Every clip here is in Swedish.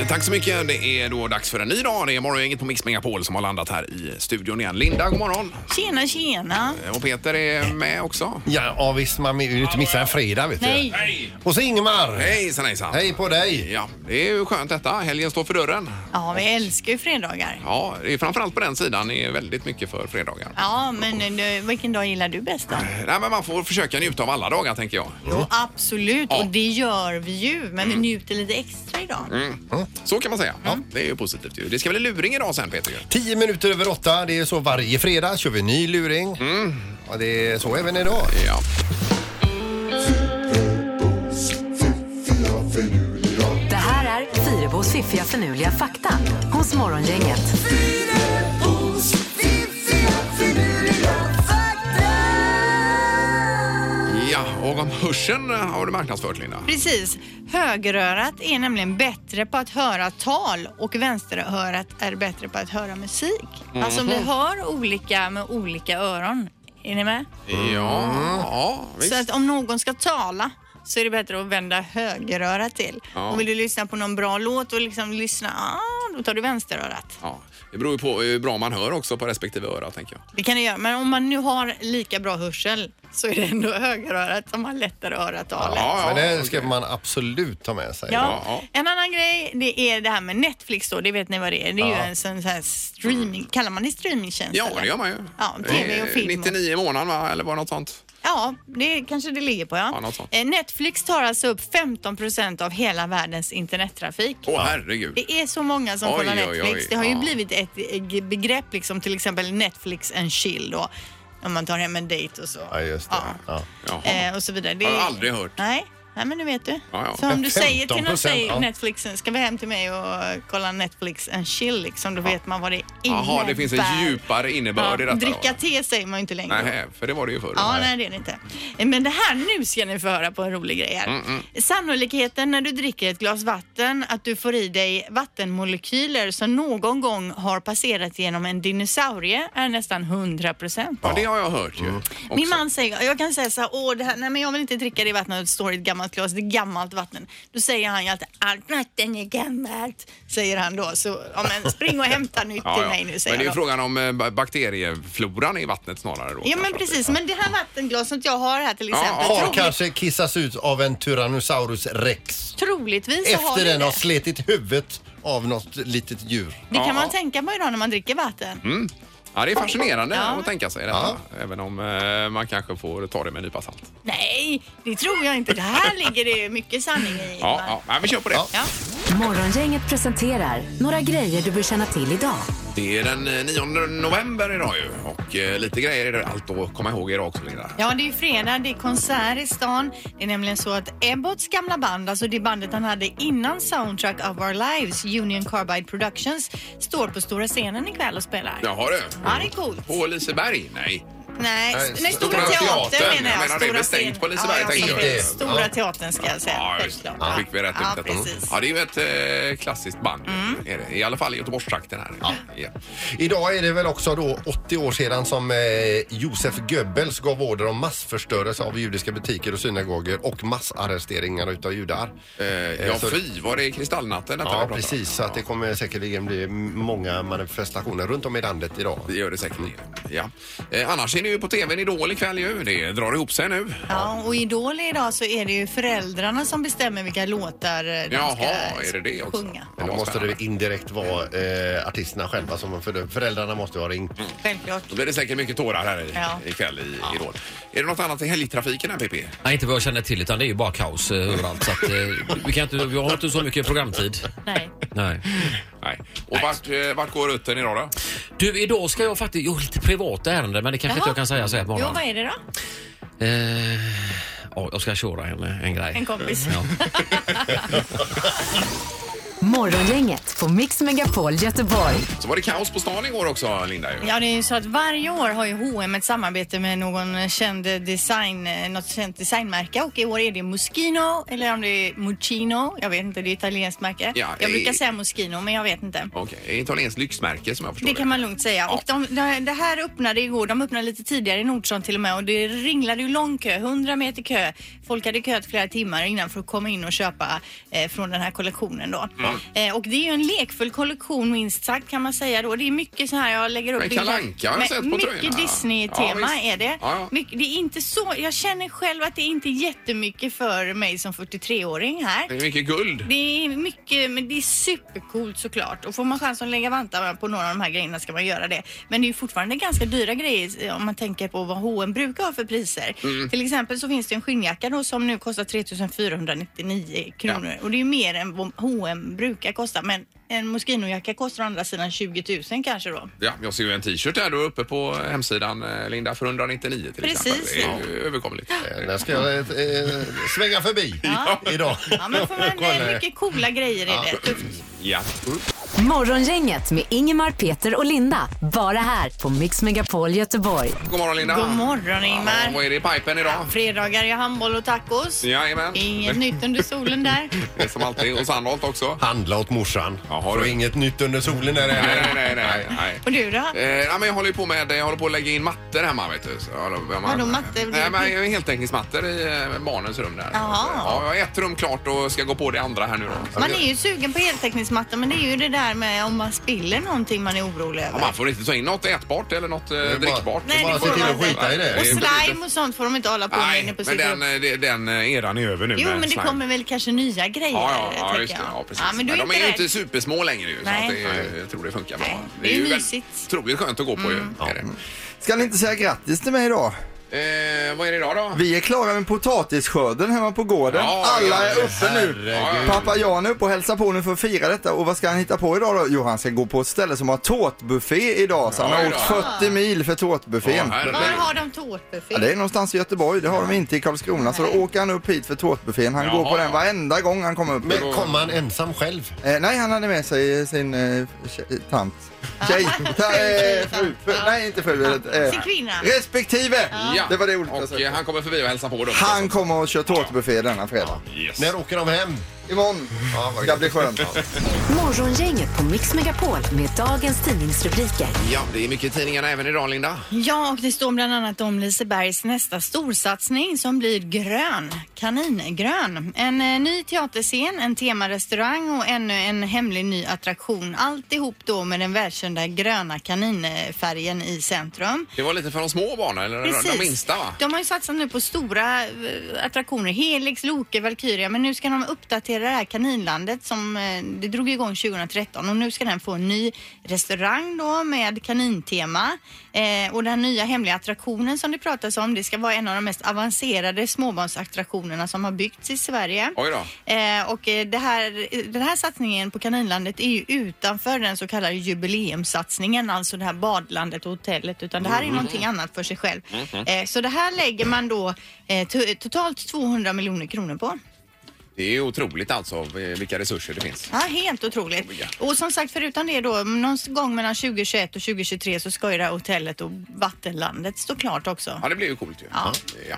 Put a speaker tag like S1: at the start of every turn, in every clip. S1: Eh, Tack så mycket. Det är då dags för en ny dag. Det är Morgongänget på Mix Megapol som har landat här i studion igen. Linda, god morgon. Eh,
S2: Tjena, tjena.
S1: Och Peter är med också.
S3: Ja, ja visst, man vill ju inte missa en fredag vet du.
S2: Nej.
S1: Hej!
S3: Och så Ingmar!
S1: Hejsan hejsan.
S3: Hej på dig!
S1: Ja, det är ju skönt detta. Helgen står för dörren.
S2: Ja, vi älskar ju fredagar.
S1: Ja, det är framförallt på den sidan. Det är väldigt mycket för fredagar.
S2: Ja, men eh, vilken dag gillar du bäst då?
S1: Nej, men man får försöka njuta av alla dagar tänker jag.
S2: Jo, absolut.
S1: Ja. Mm.
S2: Och det gör vi ju. Men vi njuter lite extra idag.
S1: Så kan man säga. Ja, det är ju positivt ju. Det ska bli luring idag sen Peter ju.
S3: Tio minuter över åtta, det är så varje fredag kör vi ny luring. Ja, det är så även idag.
S1: Mm. Ja.
S4: Det här är Fyrabos fiffiga förnuliga fakta hos Morgongänget.
S1: ja, och om hörseln har du marknadsfört Linda.
S2: Precis. Högerörat är nämligen bättre på att höra tal och vänsterörat är bättre på att höra musik.
S1: Mm.
S2: Alltså vi hör olika med olika öron. Är ni med?
S1: Ja, ja visst.
S2: Så att om någon ska tala så är det bättre att vända högerörat till.
S1: Ja.
S2: Och vill du lyssna på någon bra låt och liksom lyssna, ah, då tar du vänsterörat.
S1: Ja, det beror ju på hur bra man hör också på respektive öra tänker jag.
S2: Det kan du göra, men om man nu har lika bra hörsel så är det ändå högerörat som har lättare öratalet.
S3: Men det
S1: okej.
S3: ska man absolut ta med sig.
S2: Ja.
S1: Ja,
S2: En annan grej, det är det här med Netflix då, det vet ni vad det är. Det är ju en sån här streaming, kallar man det streamingtjänst?
S1: Ja,
S2: eller?
S1: det gör man ju.
S2: Ja, tv och
S1: Eh,
S2: film. och-
S1: 99 i månaden va? Eller var det något sånt?
S2: Ja, det kanske det ligger på
S1: Ja,
S2: ja.
S1: något sånt.
S2: Eh, Netflix tar alltså upp 15 procent av hela världens internettrafik.
S1: Åh herregud.
S2: Det är så många som
S1: Oj,
S2: kollar
S1: oj,
S2: Netflix.
S1: oj,
S2: det har ju
S1: ja.
S2: blivit ett eh, begrepp, liksom, till exempel Netflix and chill då. Om man tar hem en dejt och så.
S3: Ja, just det.
S2: Ja.
S3: Ja.
S1: Jaha.
S2: Eh, och så vidare. Det
S1: Har jag aldrig hört.
S2: Nej. Nej, men nu vet du.
S1: Ja, ja.
S2: Så om du säger till någon,
S3: 15%,
S2: säg
S3: ja.
S2: Netflix, ska vi hem till mig och eh, kolla Netflix and chill liksom, då vet man vad det innebär.
S1: Jaha, det finns en djupare innebörd i detta. då.
S2: Dricka te säger man ju inte längre.
S1: Nej, för det var det ju förr.
S2: Ja, nej det är det inte. Men det här, nu ska ni få höra på en rolig grej här.
S1: Mm,
S2: Sannolikheten när du dricker ett glas vatten att du får i dig vattenmolekyler som någon gång har passerat genom en dinosaurie är nästan 100 procent.
S1: Ja, det har jag hört ju. också.
S2: Min man säger, jag kan säga så här, åh det här, nej men jag vill inte dricka det vattnet som står i ett gammalt glas, det är gammalt vatten. Då säger han ju alltid, allt vatten är gammalt, säger han då. Så ja, men spring och hämta nytt till
S1: Ja, ja.
S2: mig nu,
S1: Men det
S2: säger
S1: är ju
S2: han då.
S1: frågan om eh, ba- bakteriefloran i vattnet snarare då.
S2: Ja men
S1: kanske.
S2: precis, men det här vattenglaset jag har här till
S1: Ja,
S2: exempel.
S1: ja.
S3: Har
S2: troligt-
S3: kanske kissats ut av en Tyrannosaurus rex.
S2: Troligtvis så har
S3: Efter
S2: du
S3: den
S2: det.
S3: har slitit huvudet av något litet djur.
S2: Det kan
S1: Ja. Mm.
S2: man tänka på idag när man dricker vatten.
S1: Ja, det är fascinerande
S2: Ja.
S1: att tänka sig detta. Även om eh, man kanske får ta det med en nypa salt.
S2: Nej, det tror jag inte. Det här ligger det mycket sanning i.
S1: Ja,
S2: va?
S1: ja. Nej, vi kör på det.
S3: Ja.
S2: Ja.
S4: Morgongänget presenterar några grejer du bör känna till idag.
S1: Det är den eh, 9 november idag ju och eh, lite grejer är det allt att komma ihåg idag också Linda.
S2: Ja, det är ju fredag, det är konsert i stan. Det är nämligen så att Ebbotts gamla band, alltså det bandet han hade innan Soundtrack of Our Lives, Union Carbide Productions, står på stora scenen ikväll och spelar.
S1: Jaha du.
S2: Ja, det är coolt.
S1: På Liseberg? Nej.
S2: Nej,
S3: Nej,
S2: s- nej, Stora
S1: Stora
S2: Teatern,
S1: Teatern.
S2: menar
S1: Jag menar,
S2: jag.
S1: det är
S2: Stora
S1: väl stängt
S2: scen-
S1: på Liseberg,
S2: ja,
S1: tänker
S2: ja,
S3: jag.
S2: prest- Stora
S3: Ja.
S2: Teatern ska jag säga.
S1: just det.
S2: Självklart.
S1: Då fick vi rätt ut
S2: ja,
S1: detta. Mm.
S2: precis. Mm.
S1: Ja, det är ju ett eh, klassiskt band. Är det. I alla fall i Göteborgstrakten här. Ja.
S3: Idag är det väl också då 80 år sedan som eh, Josef Goebbels gav order om massförstörelse av judiska butiker och synagoger och massarresteringar utav judar.
S1: Eh, ja,
S3: så-
S1: fy, var det Kristallnatten detta vi
S3: Ja,
S1: pratade om?
S3: precis. Så att det kommer säkerligen bli många manifestationer runt om i landet idag.
S1: Det gör det säkert. Ja. Eh, annars är det ju på tvn Idol ikväll ju. Det drar ihop sig nu.
S2: Ja, och i Idol idag så är det ju föräldrarna som bestämmer vilka låtar eh, de
S1: Jaha,
S2: ska
S1: är det det också?
S2: sjunga.
S3: Men då
S1: vad
S3: måste
S1: spännande.
S3: det indirekt vara eh, artisterna själva som för, föräldrarna måste ha ringt.
S1: Mm.
S2: Självklart.
S1: Då blir det säkert mycket tårar här i,
S2: Ja.
S1: ikväll i Idol. Är det något annat i helgtrafiken här, PP?
S5: Nej, inte vad jag känner till utan det är ju bara kaos eh, överallt. Så att, eh, vi, kan inte, vi har inte så mycket programtid.
S2: Nej.
S5: Nej.
S1: Nej. Och vart, eh, vart går rutten idag då?
S5: Du, idag ska jag faktiskt... Jo, lite privata ärenden men det kanske inte jag kan säga så här på
S2: Jo,
S5: morgonen.
S2: vad är det då?
S5: Eh, ja, jag ska köra en, en grej.
S2: En kompis.
S5: Ja.
S4: Morgongänget på Mix Megapol Göteborg.
S1: Så var det kaos på stan igår också, Linda. Ju.
S2: Ja, det är ju så att varje år har ju H&M ett samarbete med någon känd design, eh, något känt designmärke och i år är det Moschino eller om det är Muccino. Jag vet inte, det är ett italienskt märke.
S1: Ja,
S2: jag
S1: i-
S2: brukar säga Moschino, men jag vet inte.
S1: Okej, okay. italienskt lyxmärke som jag förstår
S2: Det kan man lugnt säga.
S1: Ja.
S2: Och de, de, det här öppnade igår. De öppnade lite tidigare i Nordstan till och med och det ringlade ju lång kö, 100 meter kö. Folk hade köat flera timmar innan för att komma in och köpa eh, från den här kollektionen då. Eh, och det är ju en lekfull kollektion minst sagt kan man säga då. Det är mycket så här jag lägger upp
S1: Men Kalle Anka har jag
S2: Men
S1: sett på
S2: Mycket
S1: tröjorna. Ja,
S2: Disney-tema
S1: visst.
S2: är det.
S1: Ja, ja.
S2: Mycket, det är inte så, jag känner själv att det är inte är jättemycket för mig som 43-åring här.
S1: Det är mycket guld.
S2: Det är mycket, men det är supercoolt såklart. Och får man chansen att lägga vantarna på några av de här grejerna ska man göra det. Men det är ju fortfarande ganska dyra grejer eh, om man tänker på vad H&M brukar ha för priser. Till exempel så finns det en skinnjacka då som nu kostar 3499 kronor. Och det är ju mer än vad H&M brukar kosta. Men en Moschino-jacka kostar å andra sidan 20 000 kanske då.
S1: Ja, jag ser ju en t-shirt där du är uppe på hemsidan eh, Linda för 199 till
S2: Precis.
S1: exempel. Det är ju överkomligt.
S3: Den ska jag eh, eh, svänga förbi idag.
S2: Ja men får man,
S3: Kolla
S2: eh,
S3: det.
S2: mycket coola grejer är det. Tufft.
S1: Ja.
S4: Morgongänget med Ingemar, Peter och Linda. Bara här på Mix Megapol Göteborg.
S1: God morgon Linda.
S2: God morgon
S1: Ja, vad
S2: Ingmar.
S1: är det i pipen idag?
S2: Fredagar är handboll och tacos.
S1: Jajamän.
S2: Inget nytt under solen där.
S1: Det är som alltid. Och Sandholt också.
S3: Handla åt morsan.
S1: Ja, har
S3: Så
S1: du.
S3: inget nytt under solen är det
S1: Nej,
S3: här.
S1: nej, nej. nej.
S2: Och du då?
S1: Eh, ja, men jag håller ju på med, jag håller på att lägga in mattor hemma vet du. Så, ja, då- man,
S2: Vadå mattor?
S1: Nej, men jag har heltäckningsmattor i eh, barnens rum där.
S2: Jaha.
S1: Ja, jag har ett rum klart och ska gå på det andra här nu då.
S2: Man är ju sugen på heltäckningsmatta men det är ju det där med om man spiller någonting man är orolig
S1: Ja,
S2: över.
S1: man får inte ta in något ätbart eller något eh,
S3: bara-
S1: drickbart.
S3: Nej, bara
S2: det
S3: se
S2: får
S3: till
S2: man
S3: att skita i det.
S2: Och
S3: Det är
S2: slime och sånt får de inte hålla på med inne
S1: Nej,
S2: på
S1: men
S2: sitt
S1: den,
S2: rum.
S1: eh, det- den eh, eran är över nu.
S2: Jo,
S1: med
S2: men det
S1: slime.
S2: kommer väl kanske nya grejer?
S1: Ja, ja, ja,
S2: tänker
S1: just det.
S2: jag.
S1: Ja, precis.
S2: Ja, men du är
S1: de
S2: inte
S1: är ju
S2: rädd.
S1: inte supersmå längre ju, så
S2: Nej.
S1: att det, är- jag tror det funkar bra.
S2: Nej, det är
S1: väl
S2: mysigt. Mm.
S1: otroligt skönt att gå på ju. Är det.
S6: Ska ni inte säga grattis till mig idag?
S1: Eh, vad är det idag då?
S6: Vi är klara med potatisskörden hemma på gården.
S1: Ja,
S6: Alla
S1: ja,
S6: är uppe nu.
S1: herregud.
S6: Pappa Jan är uppe och hälsar på nu för att fira detta. Och vad ska han hitta på idag då? Jo, han ska gå på ett ställe som har tårtbuffé idag. Så han
S1: Oj
S6: har
S1: då.
S6: åkt 40 mil för
S1: Åh,
S6: tårtbuffén.
S1: herregud.
S2: Var har de
S6: Ja,
S2: tårtbuffé?
S6: det är någonstans i Göteborg, det har de inte i Karlskrona. Så då åker han upp hit för tårtbuffén. Han går
S1: Jaha.
S6: på den varenda gång han kommer upp.
S3: Men kom man ensam själv?
S6: Eh, nej, han hade med sig sin eh, tje- tant. Tjej. Ta, eh, fru. Fru- Nej, inte fru. Eh,
S2: Sin kvinna.
S6: respektive.
S1: Ja.
S6: Det var det ordet
S1: Och
S6: jag
S1: eh,
S6: sökte.
S1: han kommer förbi och hälsar på då.
S6: Han kommer och kör tårtbuffé denna fredag.
S1: Yes.
S3: När åker de hem?
S6: Imorgon ska bli skönt.
S4: Morgongänget på Mix Megapol med dagens tidningsrubriker.
S1: Ja, det är mycket i tidningarna även idag, Linda.
S2: Ja, och det står bland annat om Lisebergs nästa storsatsning som blir grön, kaningrön. En eh, ny teaterscen, en temarestaurang och ännu en hemlig ny attraktion. Alltihop då med den välkända gröna kaninfärgen i centrum.
S1: Det var lite för de små barnen, eller de minsta va?
S2: De har ju satsat nu på stora eh, attraktioner. Helix, Loke, Valkyria. Men nu ska de uppdatera det här kaninlandet som eh, det drog igång 2013 och nu ska den få en ny restaurang då med kanintema. Eh, och den nya hemliga attraktionen som det pratas om det ska vara en av de mest avancerade småbarnsattraktionerna som har byggts i Sverige.
S1: Oj då.
S2: Eh, och eh, det här, den här satsningen på Kaninlandet är ju utanför den så kallade jubileumssatsningen, alltså det här badlandet och hotellet, utan det här är någonting annat för sig själv. Eh, så det här lägger man då eh, to- totalt 200 miljoner kronor på.
S1: Det är ju otroligt alltså eh, vilka resurser det finns.
S2: Ja, helt otroligt.
S1: Ja.
S2: Och som sagt, förutom det då, någon gång mellan 2021 och 2023 så ska ju det här hotellet och vattenlandet stå klart också.
S1: Ja, det blir ju coolt ju.
S2: Ja.
S1: Ja.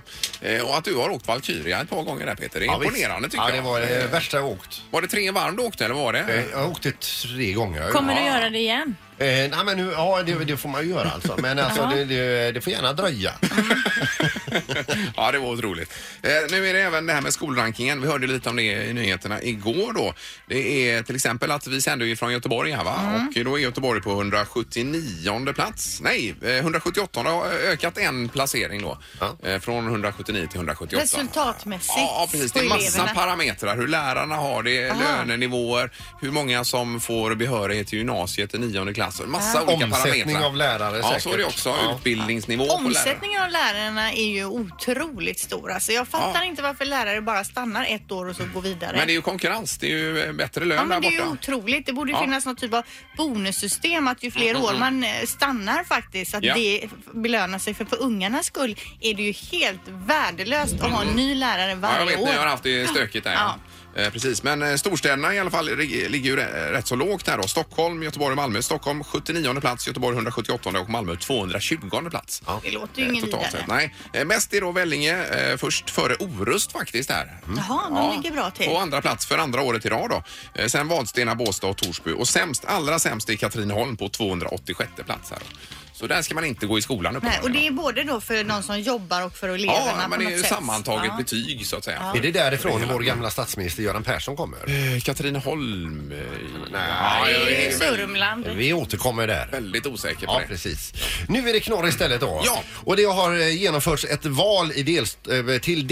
S1: Eh, Och att du har åkt Valkyria ett par gånger där Peter, det är imponerande tycker
S3: ja,
S1: jag.
S3: det var det värsta jag åkt.
S1: Var det tre varv du åkte eller vad var det?
S3: Eh, Jag åkte tre gånger.
S2: Kommer du göra det igen?
S3: Eh, nej, men nu, ja, det, det får man ju göra alltså. Men alltså, det, det, det får gärna dröja.
S1: ja, det var otroligt. Eh, nu är det även det här med skolrankingen. Vi hörde lite om det i nyheterna igår då. Det är till exempel att vi sänder ju från Göteborg här va?
S3: Mm.
S1: Och då är Göteborg på 179 plats. Nej, eh, 178 har ökat en placering då.
S3: Ja.
S1: Eh, från 179 till 178.
S2: Resultatmässigt
S1: Ja, ja, precis. Det är
S2: på
S1: massa
S2: eleverna.
S1: parametrar. Hur lärarna har det, lönenivåer, hur många som får behörighet till gymnasiet i nionde klass. Massa olika parametrar.
S3: Omsättning av lärare
S1: Ja, så är det
S3: säkert.
S1: också.
S3: Ja.
S1: Utbildningsnivå på lärare.
S2: Omsättningen av lärarna är ju otroligt stor. Alltså jag fattar
S1: Ja.
S2: inte varför lärare bara stannar ett år och så går vidare.
S1: Men det är ju konkurrens. Det är ju eh, bättre lön
S2: Ja, men
S1: där
S2: det är ju
S1: borta.
S2: otroligt. Det borde ju
S1: Ja. Mm,
S2: finnas någon typ av bonussystem att ju fler år man eh, stannar faktiskt, att
S1: Ja.
S2: det belönar sig. För för ungarnas skull är det ju helt värdelöst att ha en ny lärare
S1: Mm. Ja, jag
S2: varje
S1: vet, ni har
S2: år.
S1: haft det stökigt där. Ja. Eh, Precis, men eh, storstäderna i alla fall rig- ligger ju re- rätt så lågt här då. Stockholm, Göteborg och Malmö. Stockholm 79 plats, Göteborg 178 och Malmö 220 plats. Eh,
S3: Ja.
S2: Det låter ju ingen
S1: Totalt
S2: vidare.
S1: sett, nej. Eh, Mest är då Vellinge eh, först före Orust faktiskt där.
S2: Jaha, de ligger bra till.
S1: Och andra plats för andra året i rad då. Eh, Sen Vadstena, Båstad och Torsby. Och sämst, allra sämst är Katrineholm på 286 plats här. då. Så där ska man inte gå i skolan
S2: Nej, och
S1: uppenbarligen.
S2: det är både då för någon som jobbar och för eleverna
S1: Ja,
S2: på
S1: men det är
S2: något
S1: ju
S2: sätt.
S1: sammantaget
S2: Ja.
S1: betyg så att säga.
S3: Är det därifrån vår gamla statsminister Göran Persson kommer?
S1: Eh, Katrineholm? eh,
S3: Nej.
S1: ja, jag
S2: Det är
S1: är väl-
S2: Sörmland.
S3: Vi återkommer där.
S1: väldigt osäker på
S3: Ja,
S1: det.
S3: precis. Nu är det knorr istället då.
S1: Ja.
S3: Och det har eh, genomförts ett val i delst eh, till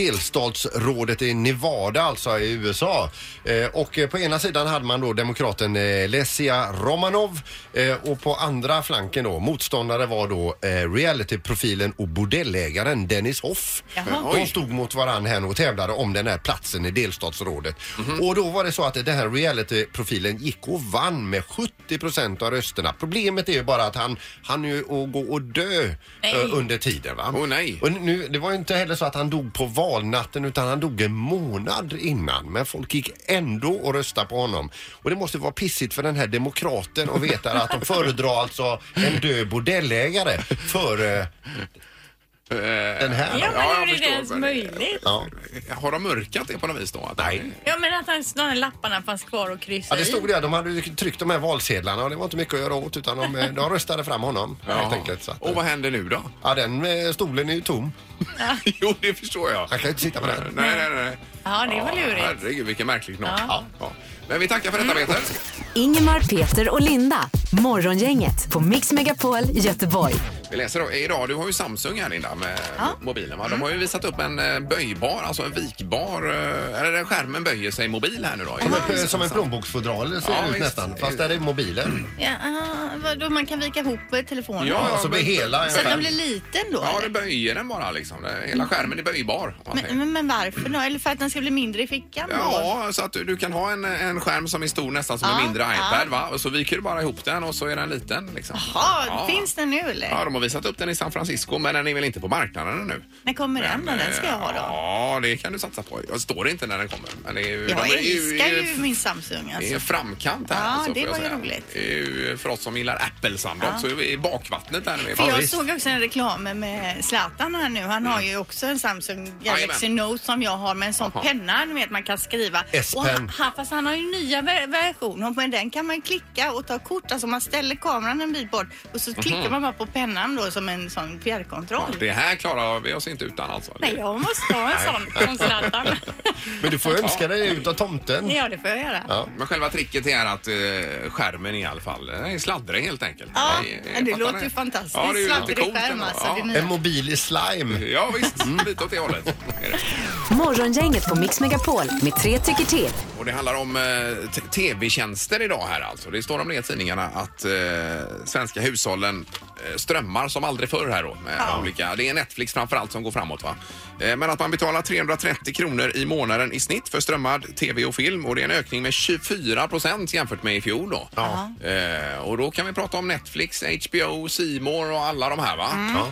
S3: delstatsrådet i Nevada, alltså i USA. Eh, Och eh, på ena sidan hade man då demokraten eh, Lesia Romanov eh, och på andra flanken då motståndare var då eh, realityprofilen och bordellägaren Dennis Hoff.
S2: Jaha.
S3: De stod mot varann här och tävlade om den här platsen i delstatsrådet.
S1: Mhm.
S3: Och då var det så att den här realityprofilen gick och vann med 70 procent av rösterna. Problemet är ju bara att han han ju att gå och dö
S2: Nej.
S3: eh, under tiden. Va?
S1: Åh, nej.
S3: Och nu, det var ju inte heller så att han dog på valnatten utan han dog en månad innan. Men folk gick ändå och röstade på honom. Och det måste vara pissigt för den här demokraten att veta att de föredrar alltså en död bordellägare före den här.
S7: Ja, men
S1: Ja, jag
S7: hur är det
S1: förstår.
S7: ens möjligt?
S3: Ja.
S1: Eh, Har de mörkat det på något vis då? Att
S3: Nej.
S7: Ja, men att han, de här lapparna fanns kvar och kryssa
S3: Ja, det
S7: i.
S3: stod det. De hade ju tryckt de här valsedlarna och det var inte mycket att göra åt utan de, eh, de röstade fram honom helt enkelt. Så att, eh,
S1: Och vad händer nu då?
S3: ja, den eh, stolen är ju tom.
S2: Ah.
S1: jo, det förstår jag.
S3: Han kan ju inte sitta på den.
S1: Nej, nej, nej.
S7: Ja, det var lurigt.
S1: Herregud, vilken märklig knopp. Ja. Ja. Men vi tackar för detta,
S2: Mm.
S1: Peter.
S4: Ingemar, Peter och Linda. Morgongänget på Mix Megapol Göteborg.
S1: Vi läser då, idag, du har ju Samsung här Linda med mobilen va?
S2: Mm.
S1: De har ju visat upp en eh, böjbar, alltså en vikbar, eh, eller där skärmen böjer sig mobil här nu då.
S3: Som en- Som en plånboksfodral ser
S1: Ja,
S3: det ut
S1: visst.
S3: nästan. Fast där är mobilen.
S2: Ja, ah, vadå, man kan vika ihop eh, telefonen?
S1: Ja,
S3: Ja, så blir hela
S2: Så att den
S3: skärm.
S2: blir liten då?
S1: Ja,
S2: eller?
S1: det böjer den bara liksom. Det- Hela skärmen är böjbar. om man säger.
S2: men, men, men varför då? Eller för att den ska bli mindre i fickan? då?
S1: Ja, så att du, du kan ha en, en skärm som är stor nästan som en
S2: Ja,
S1: mindre
S2: ja.
S1: iPad va? Och så viker du bara ihop den och så är den liten liksom.
S2: Jaha, finns den nu eller?
S1: Ja, de har visat upp den i San Francisco men den är väl inte på marknaden nu.
S2: När kommer den då? Den ska jag ha då.
S1: eh, Ja, det kan du satsa på. Jag står inte när den kommer. Men det är ju,
S2: Jag
S1: de är ju-
S2: älskar ju min Samsung
S1: Det är
S2: alltså.
S1: framkant här.
S2: Ja,
S1: alltså,
S2: det
S1: får jag
S2: var ju
S1: säga.
S2: roligt.
S1: Det är ju För oss som gillar Apple-sandok så är vi i bakvattnet här nu.
S2: För jag
S1: Ja,
S2: såg också en reklam med Zlatan här nu. Han har ju också en Samsung Galaxy
S1: Mm. Jajamän.
S2: Note som jag har med en sån penna, ni vet man kan skriva.
S3: S-pen.
S2: Och han, han- fast han har ju nya ver- versioner men den kan man ju klicka och ta kort. Alltså man ställer kameran en bit bort och så klickar man bara på pennan då som en sån fjärrkontroll.
S1: Det här klarar vi oss inte utan alltså.
S7: Nej, jag måste ha en sån från Zlatan.
S3: Men du får önska dig ut av tomten.
S7: ja, det får jag göra.
S3: Ja.
S1: Men själva tricket är att eh, skärmen i alla fall den är sladdrig helt enkelt.
S2: Ja,
S1: Jag- jag
S2: det
S1: fattar
S2: låter ju fantastiskt.
S1: Ja, det är ju
S2: Sladdrig
S1: lite coolt
S2: skärm,
S1: ändå.
S2: alltså,
S1: Ja.
S2: det är
S3: En mobil i slime.
S1: Ja visst, lite åt det hållet. är det.
S4: Morgongänget på Mix Megapol med tre tycker till.
S1: Och det handlar om eh, t- tv-tjänster idag här alltså. Det står om det i tidningarna att eh, svenska hushållen eh, strömmar som aldrig förr här då. Med olika, det är Netflix framförallt som går framåt va. Eh, men att man betalar 330 kronor i månaden i snitt för strömmad tv och film och det är en ökning med 24 procent jämfört med i fjol då. Eh, och då kan vi prata om Netflix, HBO, C More och alla de här va.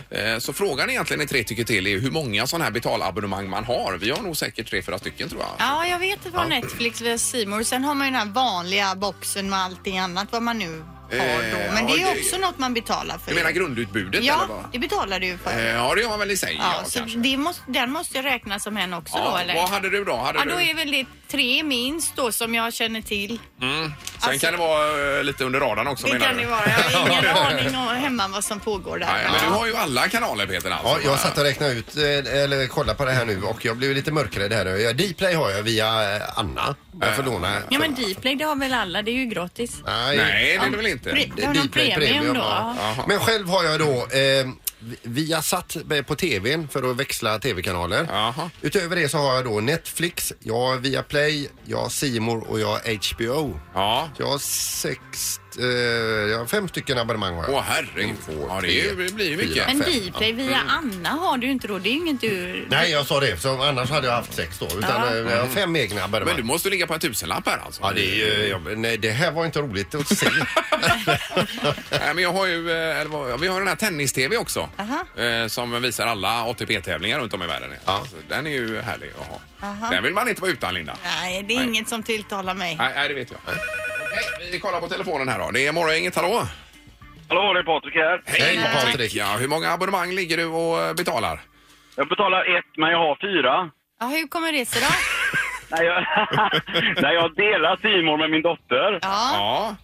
S1: Eh, så frågan egentligen i tre tycker till är hur många sådana här betalabonnemang man har. Vi har nog säkert tre, fyra stycken tror jag.
S2: Ja, jag vet att det var Netflix via C More. Sen har man ju den här vanliga boxen med allting annat vad man nu har
S1: Eh,
S2: då. Men det
S1: ja,
S2: är ju
S1: det-
S2: också något man betalar för.
S1: Du menar grundutbudet
S2: Ja,
S1: eller vad?
S2: det betalar du för.
S1: Eh, Ja, det gör man väl i sig. Ja,
S2: ja, så
S1: kanske.
S2: det måste, den måste jag räkna som en också
S1: ja,
S2: då eller?
S1: Vad hade du då? Hade
S2: Ja,
S1: du?
S2: då är väl det tre minst då som jag känner till.
S1: Sen
S2: alltså-
S1: kan det vara eh, lite under radarn också
S2: det
S1: menar
S2: kan
S1: du?
S2: det vara. Jag har ingen aning om hemma vad som pågår där.
S1: Nej, men du har ju alla kanaler Peter alltså.
S3: Ja, jag satt och räknade ut, eh, eller kollade på det här nu och jag blev lite mörkrädd här. Jag- Dplay har jag via eh, Anna. Jag får låna.
S7: Ja, men Dplay, det har väl alla. Det är ju gratis.
S3: Nej.
S1: Nej, det är det väl inte?
S7: Pri- har
S3: Dplay
S7: någon premium då?
S3: ja.
S1: Jaha.
S3: Men själv har jag då eh, via satt på tvn för att växla tv-kanaler.
S1: Jaha.
S3: Utöver det så har jag då Netflix, jag har Viaplay, jag har C More och jag har HBO.
S1: Ja.
S3: Jag har sex, eh, jag har fem stycken abonnemang har jag.
S1: Åh herregud.
S3: två,
S1: Ja, det, är ju,
S3: tre,
S1: det blir ju
S3: fyra.
S1: mycket.
S7: Men
S3: Fem,
S7: Dplay via
S1: Mm.
S7: Anna har du ju inte då. Det är ju inget du...
S3: Nej, jag sa det. Så annars hade jag haft sex då. Utan eh, jag har fem egna
S1: Men
S3: abonnemang.
S1: du måste ligga på en tusenlapp här alltså.
S3: Ja, det är ju... ja, men nej, det här var inte roligt att se.
S1: Nej, men jag har ju, eh, eller vad- vi har den här tennis-tv också. Eh, som visar alla ATP-tävlingar runt om i världen. Alltså, Den är ju härlig att ha. Den vill man inte vara utan Linda.
S2: Nej, det är
S1: Nej.
S2: inget som tilltalar mig.
S1: Nej, nej det vet jag. Okej, vi kollar på telefonen här då. Det är morgongänget, hallå?
S8: Hallå, det är Patrik här.
S3: Hej Patrik!
S1: Ja, hur många abonnemang ligger du och eh, betalar?
S8: Jag betalar ett, men jag har fyra.
S2: Ja, hur kommer det sig då?
S8: Nej, jag, nej, jag delar Simon med min dotter.
S2: Ja,
S1: Ja.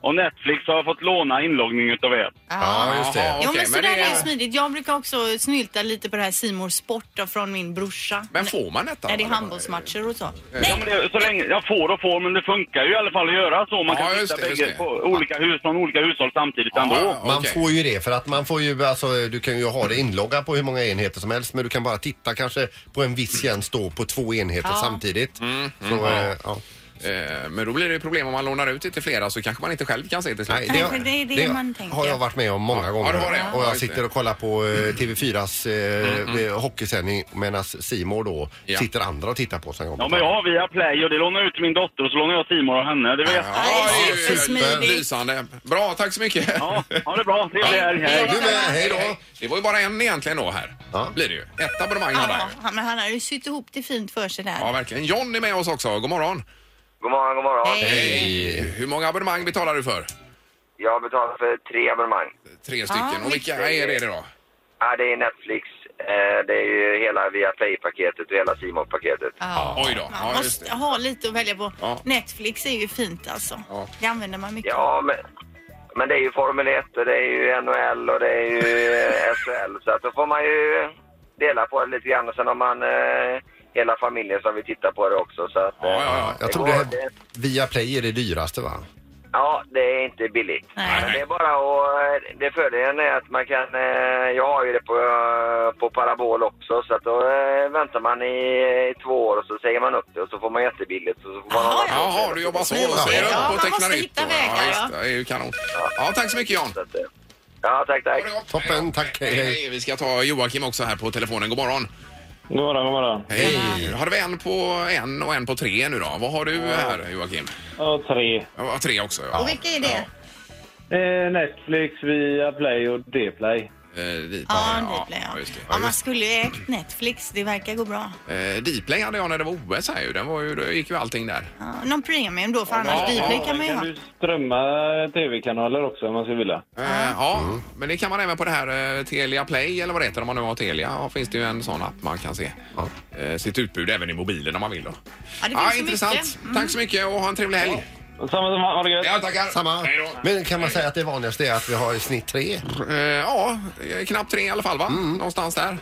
S8: Och Netflix har fått låna inloggning utav er.
S3: Ja, just det.
S1: Jaha,
S2: Ja,
S1: okej,
S2: men sådär
S1: det-
S2: är ju smidigt. Jag brukar också snylta lite på det här Simors Sport då, från min brorsa.
S1: Men får man detta?
S2: När det är
S1: Eller?
S2: handbollsmatcher och så.
S8: Ja, men det, så länge, jag får och får, men det funkar ju i alla fall att göra så. Man
S1: Ja,
S8: kan
S1: just
S8: titta
S1: det, just
S8: bägge
S1: det.
S8: på olika hus, från olika hushåll samtidigt
S1: Ja,
S8: ändå.
S1: ja,
S3: Man
S1: okej.
S3: får ju det för att man får ju, alltså, du kan ju ha det inloggat på hur många enheter som helst men du kan bara titta kanske på en viss tjänst då på två enheter samtidigt.
S1: Mm,
S3: så, eh, ja.
S1: Eh, Men då blir det ju problem om man lånar ut det till flera så kanske man inte själv kan se till slut.
S3: Nej,
S7: Kanske det är det man tänker.
S3: har jag varit med om många gånger.
S1: det har det.
S3: Och
S1: Ja,
S3: jag
S1: just
S3: sitter
S1: det. Mm,
S3: och kollar på eh, TV4s eh, eh, hockeysändning medan Simon då
S1: Ja.
S3: sitter andra och tittar på. Sen jag
S8: Ja, men jag har via Play och det lånar jag ut till min dotter och så lånar jag Simon och henne. Det vet
S1: Ja, det är ju Lysande. Bra, tack så mycket.
S8: Ja, ha det bra. Trevlig helg.
S3: Du
S8: Hej.
S3: med, hej då!
S1: Det var ju bara en egentligen då här.
S3: Ja.
S1: Blir det ju. Ett abonnemang hade han
S2: Ja,
S1: ju.
S2: men han har ju sytt ihop det fint för sig där.
S1: Ja, verkligen. John är med oss också. God morgon.
S9: God morgon, god morgon.
S2: Hej.
S1: Hur många abonnemang betalar du för?
S9: Jag betalar för tre abonnemang.
S1: Tre stycken. Och vilka är det då?
S9: Ja, det är Netflix, eh, det är ju hela Viaplay-paketet och hela Simon-paketet.
S2: Ja.
S1: Oj då.
S2: Man
S1: Ja, just
S2: måste
S1: det.
S2: ha lite att välja på.
S1: Ja.
S2: Netflix är ju fint alltså.
S1: Ja.
S2: Det använder man mycket.
S9: Ja, men, men det är ju Formel 1 och det är ju NHL och det är ju eh, SHL. Så att då får man ju dela på det lite grann och sen har man eh, hela familjen som vill titta på det också. Så att, eh,
S1: Ja, ja, ja.
S3: Jag
S9: det
S3: tror
S9: går-
S3: det här via Play är det dyraste va?
S9: Ja, det är inte billigt.
S2: Nej.
S9: Men det är bara att... eh, Det fördelen är att man kan... eh, Jag har ju det på, eh, på parabol också så att då eh, väntar man i, i två år och så säger man upp det och så får man jättebilligt. Och så får man
S2: Jaha,
S9: hålla på
S1: Jaha, du jobbar så.
S2: Ja,
S1: Så är det
S2: man
S1: upp och
S2: måste
S1: tecknar nytt.
S2: hitta
S1: då.
S2: vägar,
S1: Ja,
S2: ja.
S1: just det. Det är ju kanon. Ja, tack så mycket, John.
S9: så att, eh, Ja, tack, tack.
S1: Ha det gott.
S3: Toppen, tack. Hej,
S1: Hej,
S3: hej.
S1: hej. Vi ska ta Joakim också här på telefonen. God morgon.
S8: God morgon, god morgon.
S1: Hej. Har vi en på en och en på tre nu då? Vad har du här, Joakim?
S8: Ja, tre.
S1: Ja, tre också. Ja.
S2: Och vilka är det?
S8: Eh, Netflix, via Play och D-Play.
S1: Eh, Dplay,
S2: Ja, Dplay. Ja.
S1: just det.
S2: Ja, man skulle ju ägt Netflix. Det verkar gå bra.
S1: Eh, Dplay hade jag när det var OS här ju. Den var ju, då gick ju allting där.
S2: Ja, någon premium då, för annars
S1: ja,
S2: Dplay kan man ju ha.
S8: strömma tv-kanaler också om man skulle vilja.
S1: Eh, ja, men det kan man även på det här eh, Telia Play eller vad det heter om man nu har Telia. Ja, finns det ju en sån app man kan se eh, sitt utbud även i mobilen om man vill då.
S2: Ja, det
S1: Ja,
S2: finns så
S1: intressant.
S2: mycket. Mm.
S1: Tack så mycket och ha en trevlig helg.
S8: Samma som ha det gött.
S1: Ja, tackar.
S3: Samma.
S1: Hej då.
S3: Men kan man säga att det vanligaste är att vi har i snitt tre?
S1: Eh, ja, eh, knappt tre i alla fall va? Någonstans där.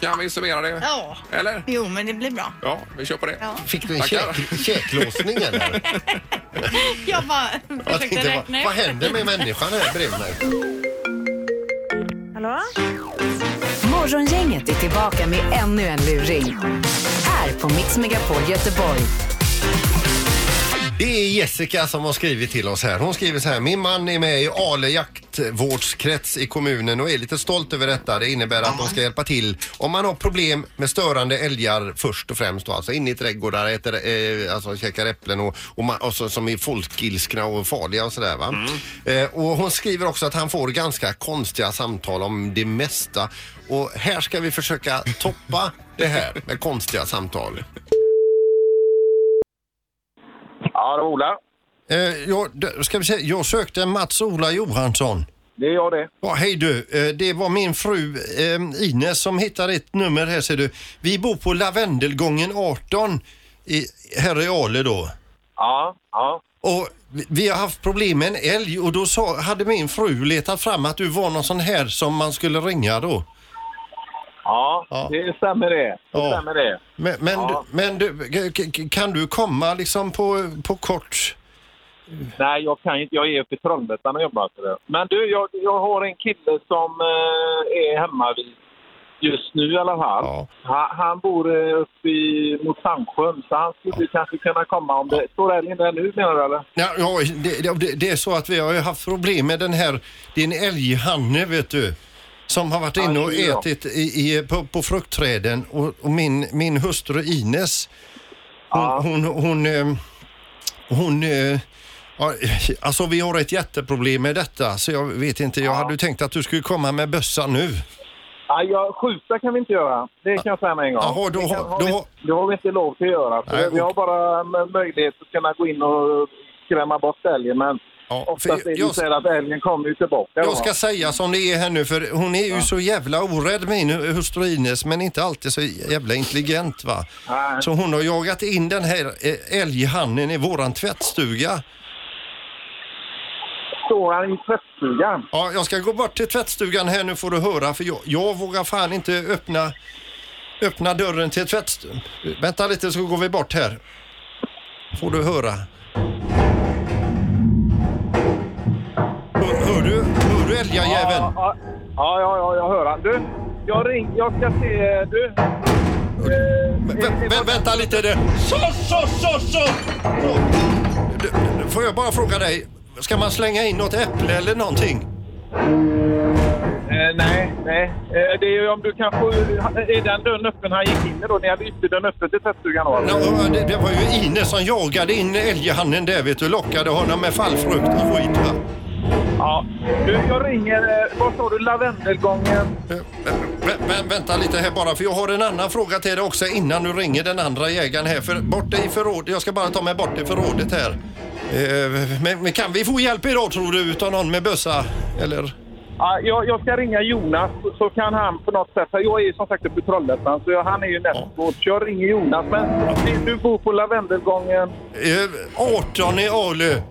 S1: Kan vi summera det?
S2: Mm. Ja.
S1: Eller?
S2: Jo, men det blir bra.
S1: Ja, vi kör på det.
S2: Ja.
S3: Fick du en
S1: Tackar.
S3: käk, käklåsning eller?
S2: Jag bara
S3: Jag
S2: försökte
S3: tänkte,
S2: räkna
S3: vad, vad
S2: ut.
S3: händer med människan här bredvid mig?
S4: Morgongänget är tillbaka med ännu en luring. Här på Mix Megapol Göteborg.
S3: Det är Jessica som har skrivit till oss här. Hon skriver så här. Min man är med i Ale jaktvårdskrets i kommunen och är lite stolt över detta. Det innebär att de ska hjälpa till om man har problem med störande älgar först och främst då. Alltså inne i trädgårdar, äter, eh, alltså käkar äpplen och, och, man, och så, som är folkilskna och farliga och sådär va. Eh, och hon skriver också att han får ganska konstiga samtal om det mesta. Och här ska vi försöka toppa det här med konstiga samtal.
S8: Ja, det var Ola.
S3: Eh, jag, d- ska vi se, jag sökte Mats-Ola Johansson.
S8: Det är jag det.
S3: Ja, hej du, Eh, det var min fru eh, Ines som hittade ett nummer här ser du. Vi bor på Lavendelgången 18 i, här i Ale då.
S8: Ja, ja.
S3: Och vi- vi har haft problem med en älg och då sa, hade min fru letat fram att du var någon sån här som man skulle ringa då.
S8: Ja,
S3: Ja.
S8: det stämmer det. Det
S3: Ja.
S8: stämmer det.
S3: Men, men,
S8: Ja.
S3: du, men du, k- k- kan du komma liksom på, på kort?
S8: Nej, jag kan ju inte. Jag är uppe i Trollhättan och jobbar. För det. Men du, jag, jag har en kille som eh, är hemma vid just nu i alla fall.
S3: Ja.
S8: Han, han bor eh, uppe i, mot Sandsjön, så han skulle kanske kunna komma om det... Står älgen där nu menar du eller?
S3: Ja, ja det, det, det är så att vi har ju haft problem med den här, det är en älghanne vet du. Som har varit inne och
S8: det är bra.
S3: ätit i, i, på, på fruktträden och, och min, min hustru Ines, hon,
S8: Ja.
S3: hon, hon, eh, hon eh, ja, alltså vi har ett jätteproblem med detta så jag vet inte, jag hade ju tänkt att du skulle komma med bössa nu.
S8: Nej, ja, skjuta kan vi inte göra. Det kan jag säga med en gång.
S3: Jaha, då
S8: det,
S3: har-
S8: kan, har
S3: då
S8: vi,
S3: har-
S8: det har vi inte lov till att göra. För
S3: Nej,
S8: vi har
S3: och-
S8: bara m- möjlighet att kunna gå in och skrämma bort älgen. Men
S3: Ja, för
S8: oftast är det ju
S3: jag-
S8: så att "Äh, älgen kommer ju tillbaka.
S3: Jag
S8: va?
S3: ska säga som det är här nu för hon är ju så jävla orädd min hustru Ines men inte alltid så jävla intelligent va.
S8: Nej.
S3: Så hon har jagat in den här eh, älghannen i våran tvättstuga.
S8: står han i tvättstugan.
S3: Ja, jag ska gå bort till tvättstugan här nu får du höra för jag, jag vågar fan inte öppna, öppna dörren till tvättstugan. Vänta lite så går vi bort här. Får du höra. Hör, hör du, hör du älgajäveln?
S8: Ja, ja, ja, ja, jag hör han. Du, jag ring, jag ska se... Du... eh,
S3: Vä- vä- vänta lite. Det. Så, så, så, så! så. Du, du, får jag bara fråga dig, ska man slänga in något äpple eller någonting?
S8: eh, nej, nej. Eh, det är ju om du kan få... Är den dörren öppen han gick in i då? Ni hade ytterdörren öppen till tvättstugan då? eller?
S3: Ja, det, det var ju Ines som jagade in älghannen där vet du, lockade honom med fallfrukt och skit. va?
S8: Ja. Du, jag ringer... eh, Vad sa du? Lavendelgången?
S3: Eh, vä- vä- vänta lite här bara, för jag har en annan fråga till dig också innan du ringer den andra jägaren här. För borta i förrådet, jag ska bara ta mig bort i förrådet här. Eh, Men, men kan vi få hjälp idag tror du, utan någon med bössa? Eller?
S8: Ja, jag, jag ska ringa Jonas så- så kan han på något sätt... för Jag är ju som sagt uppe i Trollhättan så jag, han är ju nästgård. Så jag ringer Jonas. Men du- du bor på Lavendelgången...
S3: Eh, 18 i Ale.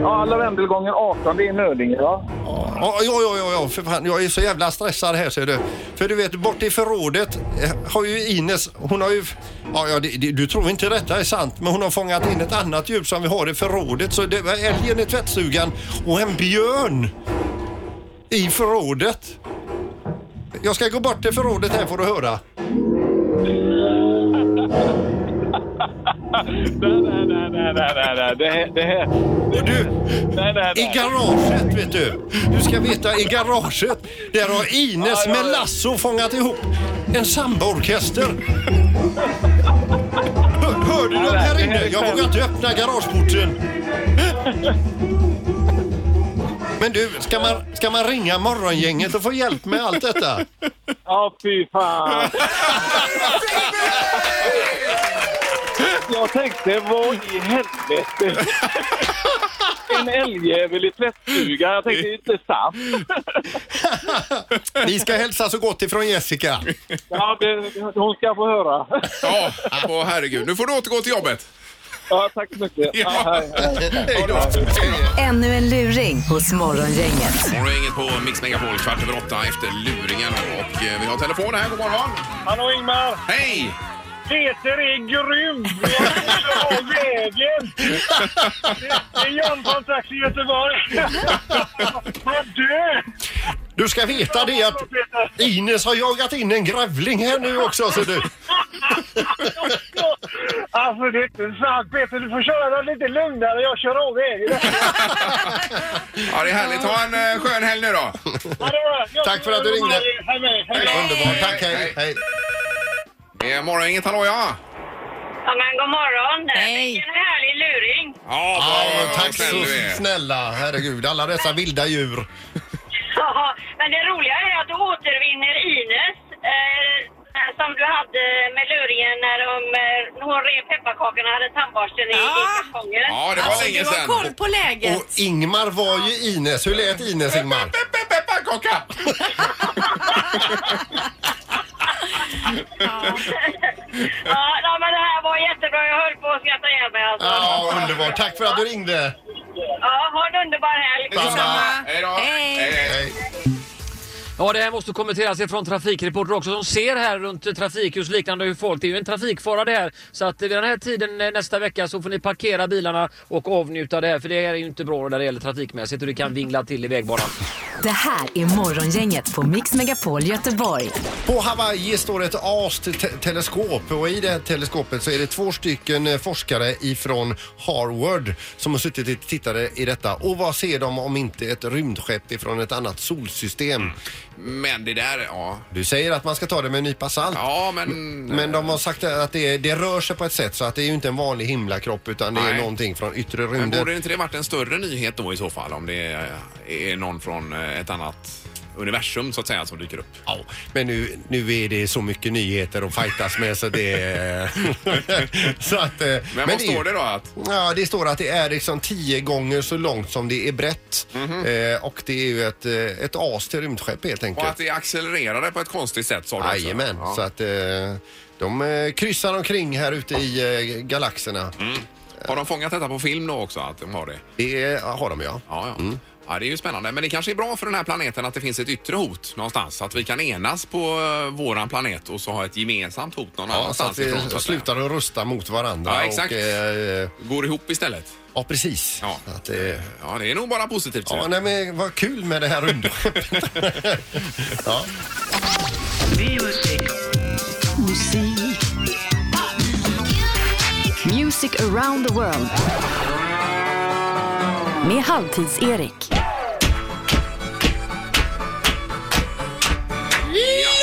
S8: Ja, Lavendelgången 18, det är Nödinge va?
S3: Ja, ja, ja, ja, ja, för fan, jag är så jävla stressad här ser du. För du vet, bort i förrådet eh, har ju Ines, hon har ju... Ja, ja, det, det, du tror inte detta är sant, men hon har fångat in ett annat djur som vi har i förrådet. Så det var älgen i tvättstugan och en björn i förrådet. Jag ska gå bort till förrådet här får du höra.
S8: Nej, nej, nej, nej, nej, nej, nej. Det, här- det här...
S3: Och du,
S8: Nej, nej,
S3: i
S8: nej.
S3: garaget vet du. Du ska veta, i garaget där har Ines
S8: Ja, ja,
S3: med
S8: ja.
S3: lasso fångat ihop en sambaorkester. Hör, hörde du dem här
S8: det här
S3: inne?
S8: är
S3: Jag vågar
S8: skämt.
S3: inte öppna garageporten. Men du, ska man, ska man ringa morgongänget och få hjälp med allt detta?
S8: Ja, fy fan. Jag tänkte, vad i helvete? En älgjävel i tvättstugan. Jag tänkte, det är inte sant.
S3: Vi ska hälsa så gott ifrån Jessica.
S8: Ja, det, hon ska få höra.
S1: Ja, åh herregud. Nu får du återgå till jobbet.
S8: Ja, tack så mycket. Ja, hej, hej.
S1: Hej då.
S4: Ännu en luring hos Morgongänget.
S1: Morgongänget på Mix Megapol kvart över åtta efter luringen. Och eh, vi har telefon här. God morgon.
S8: Hallå Ingmar!
S1: Hej!
S8: Peter är grym! Jag vill ha vägen! Det är John från Taxi Göteborg. Vad du!
S3: Du ska veta det att Ines har jagat in en grävling här nu också. Så du.
S8: Alltså det är inte sant Peter, du får köra den lite lugnare. Jag kör av vägen.
S1: Ja, det är härligt. Ha en eh, skön helg nu då.
S3: Tack för att du ringde.
S8: Hej med, hej med.
S3: Underbart, tack hej. hej.
S1: Eh, Morgongänget, hallå ja!
S9: Ja, men god morgon.
S7: Hej. Vilken
S9: härlig luring.
S1: Ja,
S3: Ja,
S1: vad- vad
S3: tack
S1: snäll
S3: så
S1: du är.
S3: snälla. Herregud, alla dessa vilda djur.
S9: Ja, men det roliga är att du återvinner Ines eh, som du hade med luringen när hon, eh, hon rev pepparkakorna och hade tandborsten i, i
S7: Ah!
S9: kartongen.
S1: Ja, det var
S7: Alltså,
S1: länge
S7: du har
S1: sedan.
S7: koll på läget.
S3: Och Ingmar var ju Ines. Hur lät Ines, Ingmar?
S1: Peppe, pepparkaka!
S9: ja, nej, men det här var jättebra. Jag höll på att skratta ihjäl mig alltså.
S3: Ja, underbart. Tack för att du ringde.
S9: Ja, ha en underbar helg.
S1: Detsamma. Hej då. Eh,
S7: Hej.
S1: hej.
S3: Hej.
S5: Ja, det här måste kommenteras ifrån trafikreporter också som ser här runt trafikljus liknande hur folk... Det är ju en trafikfara det här. Så att vid den här tiden eh, nästa vecka så får ni parkera bilarna och avnjuta det här. För det här är ju inte bra när det gäller trafikmässigt och det kan vingla till i vägbanan.
S4: Det här är Morgongänget på Mix Megapol Göteborg.
S3: På Hawaii står ett AST-teleskop och i det här teleskopet så är det två stycken eh, forskare ifrån Harvard som har suttit och tittade i detta. Och vad ser de om inte ett rymdskepp ifrån ett annat solsystem?
S1: Men det där, ja.
S3: Du säger att man ska ta det med en nypa salt.
S1: Ja, men...
S3: Men de har sagt att det, det rör sig på ett sätt så att det är ju inte en vanlig himlakropp utan det är
S1: Nej.
S3: någonting från yttre
S1: Men
S3: rymden.
S1: borde inte det varit en större nyhet då i så fall? Om det eh, är någon från eh, ett annat universum så att säga som dyker upp.
S3: Ja, men nu, nu är det så mycket nyheter att fightas med så det... är- så att, eh,
S1: Men, vad
S3: är ju-
S1: står det då? Att,
S3: Ja, det står att det är liksom tio gånger så långt som det är brett. Eh, och det är ju ett, eh, ett as till rymdskepp helt
S1: Mhm. och
S3: enkelt.
S1: att det accelererade på ett konstigt sätt sa du också.
S3: Jajamän,
S1: Ja. Mm.
S3: så att eh, de eh, kryssar omkring här ute i eh, galaxerna.
S1: Har de fångat detta på film då också? Att de har det?
S10: Det är- har de ja.
S1: Ja, ja. ja, det är ju spännande. Men det kanske är bra för den här planeten att det finns ett yttre hot någonstans. Att vi kan enas på eh, våran planet och så ha ett gemensamt hot någon
S10: Ja, så
S1: annanstans
S10: att vi
S1: ifrån. Så att säga.
S10: slutar att rusta mot varandra.
S1: Ja, exakt.
S10: Och, eh,
S1: Går ihop istället.
S10: ja, precis.
S1: Ja.
S10: Så Att, eh,
S1: Ja, det är nog bara positivt. ser
S10: ja,
S1: jag.
S10: nej, men vad kul med det här rymdskeppet. ja.
S4: Music around the world. Med Halvtids-Erik.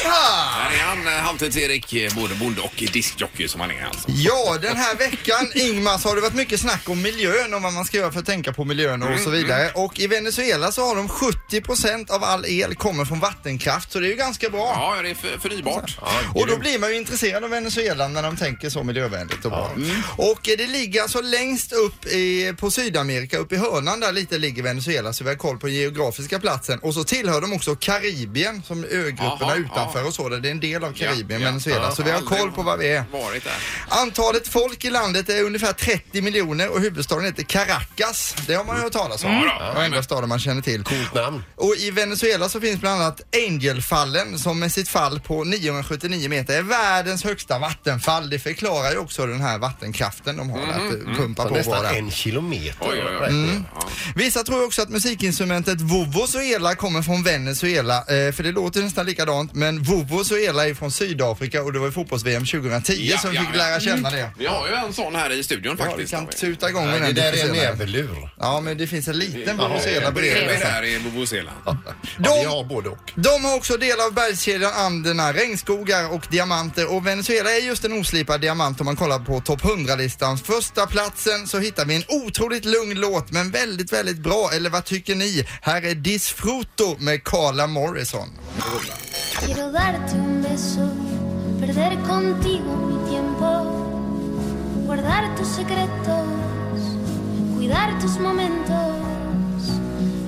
S1: Här är han, eh, Halvtids-Erik, eh, både bonde och diskjockey som han är alltså.
S6: Ja, den här veckan, Ingmar, så har det varit mycket snack om miljön och vad man ska göra för att tänka på miljön
S1: Mm,
S6: och så vidare. Och i Venezuela så har de 70% av all el kommer från vattenkraft, så det är ju ganska bra.
S1: Ja, det är för, förnybart.
S6: Och då blir man ju intresserad av Venezuela när de tänker så miljövänligt och bra.
S1: Mm.
S6: Och eh, det ligger alltså längst upp i, på Sydamerika, upp i hörnan där lite ligger Venezuela så vi har koll på den geografiska platsen. Och så tillhör de också Karibien som ögrupperna
S1: Jaha,
S6: utanför
S1: ja.
S6: och så. där. Det är en del av Karibien,
S1: Ja, ja,
S6: Venezuela.
S1: ja,
S6: så vi har
S1: aldrig
S6: koll på vad vi är.
S1: Varit där.
S6: Antalet folk i landet är ungefär 30 miljoner och huvudstaden heter Caracas. Det har man ju hört talas om. Det var enda staden man känner till.
S10: Mm. Coolt namn.
S6: Och i Venezuela så finns bland annat Angelfallen som med sitt fall på 979 meter är världens högsta vattenfall. Det förklarar ju också den här vattenkraften de har att eh, pumpa
S10: Mm-hmm. Så
S6: på
S10: nästan
S6: bara.
S10: en kilometer.
S1: Oj, oj, oj. Ja.
S6: Vissa tror också att musikinstrumentet vovozuela kommer från Venezuela, eh, för det låter nästan likadant, men vovozuela är från Sydafrika och det var i fotbolls-VM 2010
S1: Ja,
S6: som
S1: ja,
S6: fick
S1: ja.
S6: lära känna
S10: Mm.
S6: det.
S1: Vi har ju en sån här i studion
S6: Ja, du
S1: faktiskt.
S6: kan tuta igång
S10: Nej,
S6: med
S10: det
S6: den
S10: där
S6: lite
S10: är en
S6: senare.
S10: näverlur.
S6: Ja, men det finns en liten
S10: Jaha,
S6: Bomusela
S10: okej.
S1: Bredvid
S6: bredvid.
S1: där är Bobosela.
S10: Ja,
S6: De-
S10: vi har både och.
S6: De har också del av bergskedjan Anderna, regnskogar och diamanter och Venezuela är just en oslipad diamant om man kollar på topp 100-listan. Första platsen så hittar vi en otroligt lugn låt men väldigt, väldigt bra. Eller vad tycker ni? Här är Disfruto med Carla Morrison.
S3: Quiero darte un beso, perder contigo mi tiempo, guardar tus secretos, cuidar tus momentos,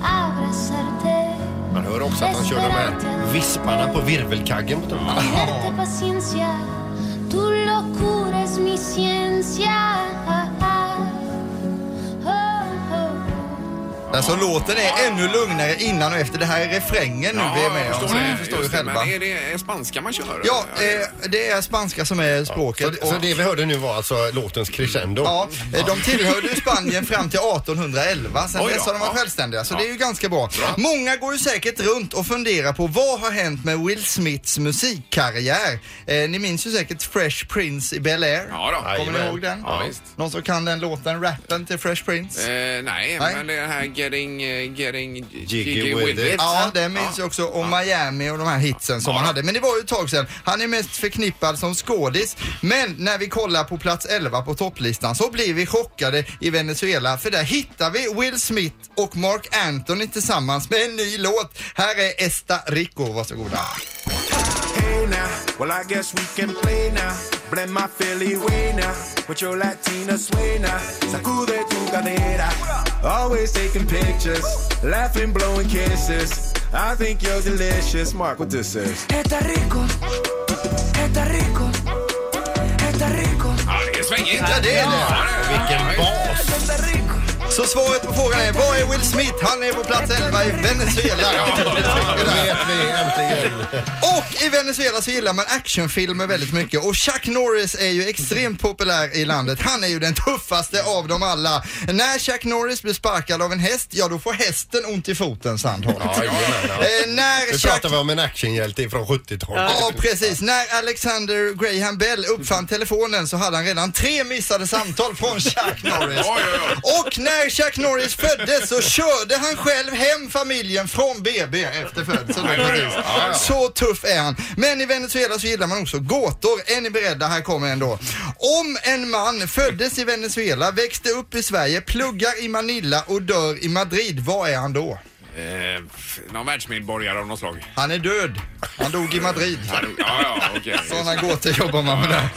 S3: abrazarte,
S10: Man hör också att han kör de här visparna på virvelkaggen på trumman.
S3: darte paciencia, tu locura es mi ciencia. Oh, oh.
S6: Alltså låten är ännu lugnare innan och efter. Det här är refrängen nu vi är med om. så ni förstår ju
S1: Just det,
S6: själva.
S1: Men är det spanska man kör?
S6: Ja, eh, det är spanska som är
S10: Så,
S6: språket.
S10: det- så
S6: och-
S10: det vi hörde nu var alltså låtens crescendo.
S6: Ja, eh, de tillhörde ju Spanien fram till 1811. Sen
S1: Oj då,
S6: dess har de varit
S1: ja.
S6: självständiga, så
S1: Ja.
S6: det är ju ganska bra. Många går ju säkert runt och funderar på vad har hänt med Will Smiths musikkarriär? Eh, ni minns ju säkert Fresh Prince i Bel Air.
S1: Ja då.
S6: Kommer ni
S10: Jajamän.
S6: ihåg den?
S1: Ja, visst.
S6: Någon som kan den låten, rappen till Fresh Prince?
S1: Eh, nej,
S6: Nej.
S1: men det här getting, eh, getting jiggy,
S10: with
S1: with
S10: it.
S1: it. Ah,
S6: Ja, det minns jag också. Och Miami och de här hitsen som
S1: Ja.
S6: han hade. Men det var ju ett tag sedan. Han är mest förknippad som skådis. Men när vi kollar på plats 11 på topplistan så blir vi chockade i Venezuela. För där hittar vi Will Smith och Mark Anthony tillsammans med en ny låt. Här är Esta Rico, varsågoda.
S3: Hey now, well I guess we can play now. Blend my Philly way now with your Latina sway now. Sacude tu cadera. Always taking pictures, laughing, blowing kisses. I think you're delicious. Mark, what this is?
S1: Ja, det är svängigt.
S6: Ja, det är det.
S1: Vilken bas!
S6: Så svaret på frågan är, vad är Will Smith? Han är på plats 11 i Venezuela.
S10: Nu vet vi äntligen.
S6: Och i Venezuela så gillar man actionfilmer väldigt mycket och Chuck Norris är ju extremt populär i landet. Han är ju den tuffaste av dem alla. När Chuck Norris blir sparkad av en häst, ja då får hästen ont i foten Sandholt.
S10: Ja, jajamän, ja.
S6: Eh, när
S10: Nu
S6: Chuck...
S10: pratar vi om en actionhjälte från 70-talet.
S6: Ja, precis. När Alexander Graham Bell uppfann telefonen så hade han redan tre missade samtal från Chuck Norris.
S1: Oj, oj, oj.
S6: Och när Chuck Norris föddes så körde han själv hem familjen från BB efter födseln. då, precis. Så tuff är han. Men i Venezuela så gillar man också gåtor. Är ni beredda? Här kommer en då. Om en man föddes i Venezuela, växte upp i Sverige, pluggar i Manila och dör i Madrid, vad är han då?
S1: Eh, f- någon världsmedborgare av något slag.
S6: Han är död. Han dog i Madrid.
S1: Ja, ja, okej.
S6: Sådana gåtor jobbar man med där.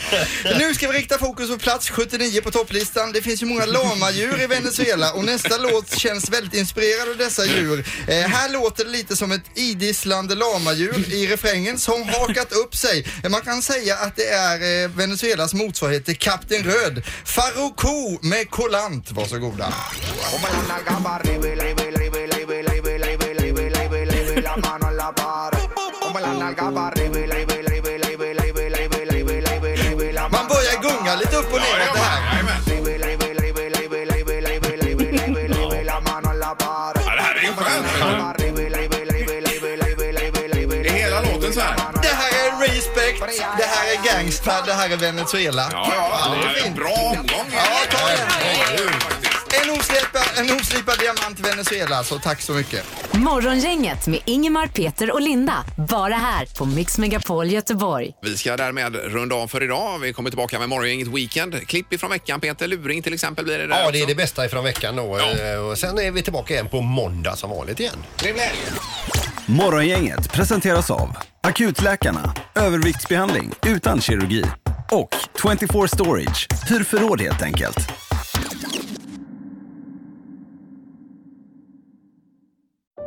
S6: Nu ska vi rikta fokus på plats 79 på topplistan. Det finns ju många lamadjur i Venezuela och nästa låt känns väldigt inspirerad av dessa djur. Eh, här låter det lite som ett idisslande lamadjur i refrängen som hakat upp sig. Eh, Man kan säga att det är eh, Venezuelas motsvarighet till Kapten Röd. Farroco med Kolant, varsågoda. Man börjar gunga lite upp och ner åt det här.
S1: Jajamän. Ja, det här är ju skönt. Det är hela låten så här.
S6: Det här är Respect, det här är Gangsta, det här är Venezuela.
S1: Ja, ja, det är en bra omgång.
S6: Ja, ta den.
S1: Ja, det är faktiskt.
S6: En oslipad, en oslipad diamant Venezuela, så tack så mycket.
S4: Morgongänget med Ingemar, Peter och Linda. Bara här på Mix Megapol Göteborg.
S1: Vi ska därmed runda av för idag. Vi kommer tillbaka med morgon, inget weekend. Klipp ifrån veckan, Peter. Luring till exempel blir det där
S3: Ja, det är
S1: också.
S3: det bästa ifrån veckan då. Eh, Och sen är vi tillbaka igen på måndag som vanligt igen.
S11: Morgongänget presenteras av Akutläkarna, överviktsbehandling utan kirurgi och 24 Storage, hur förråd helt enkelt.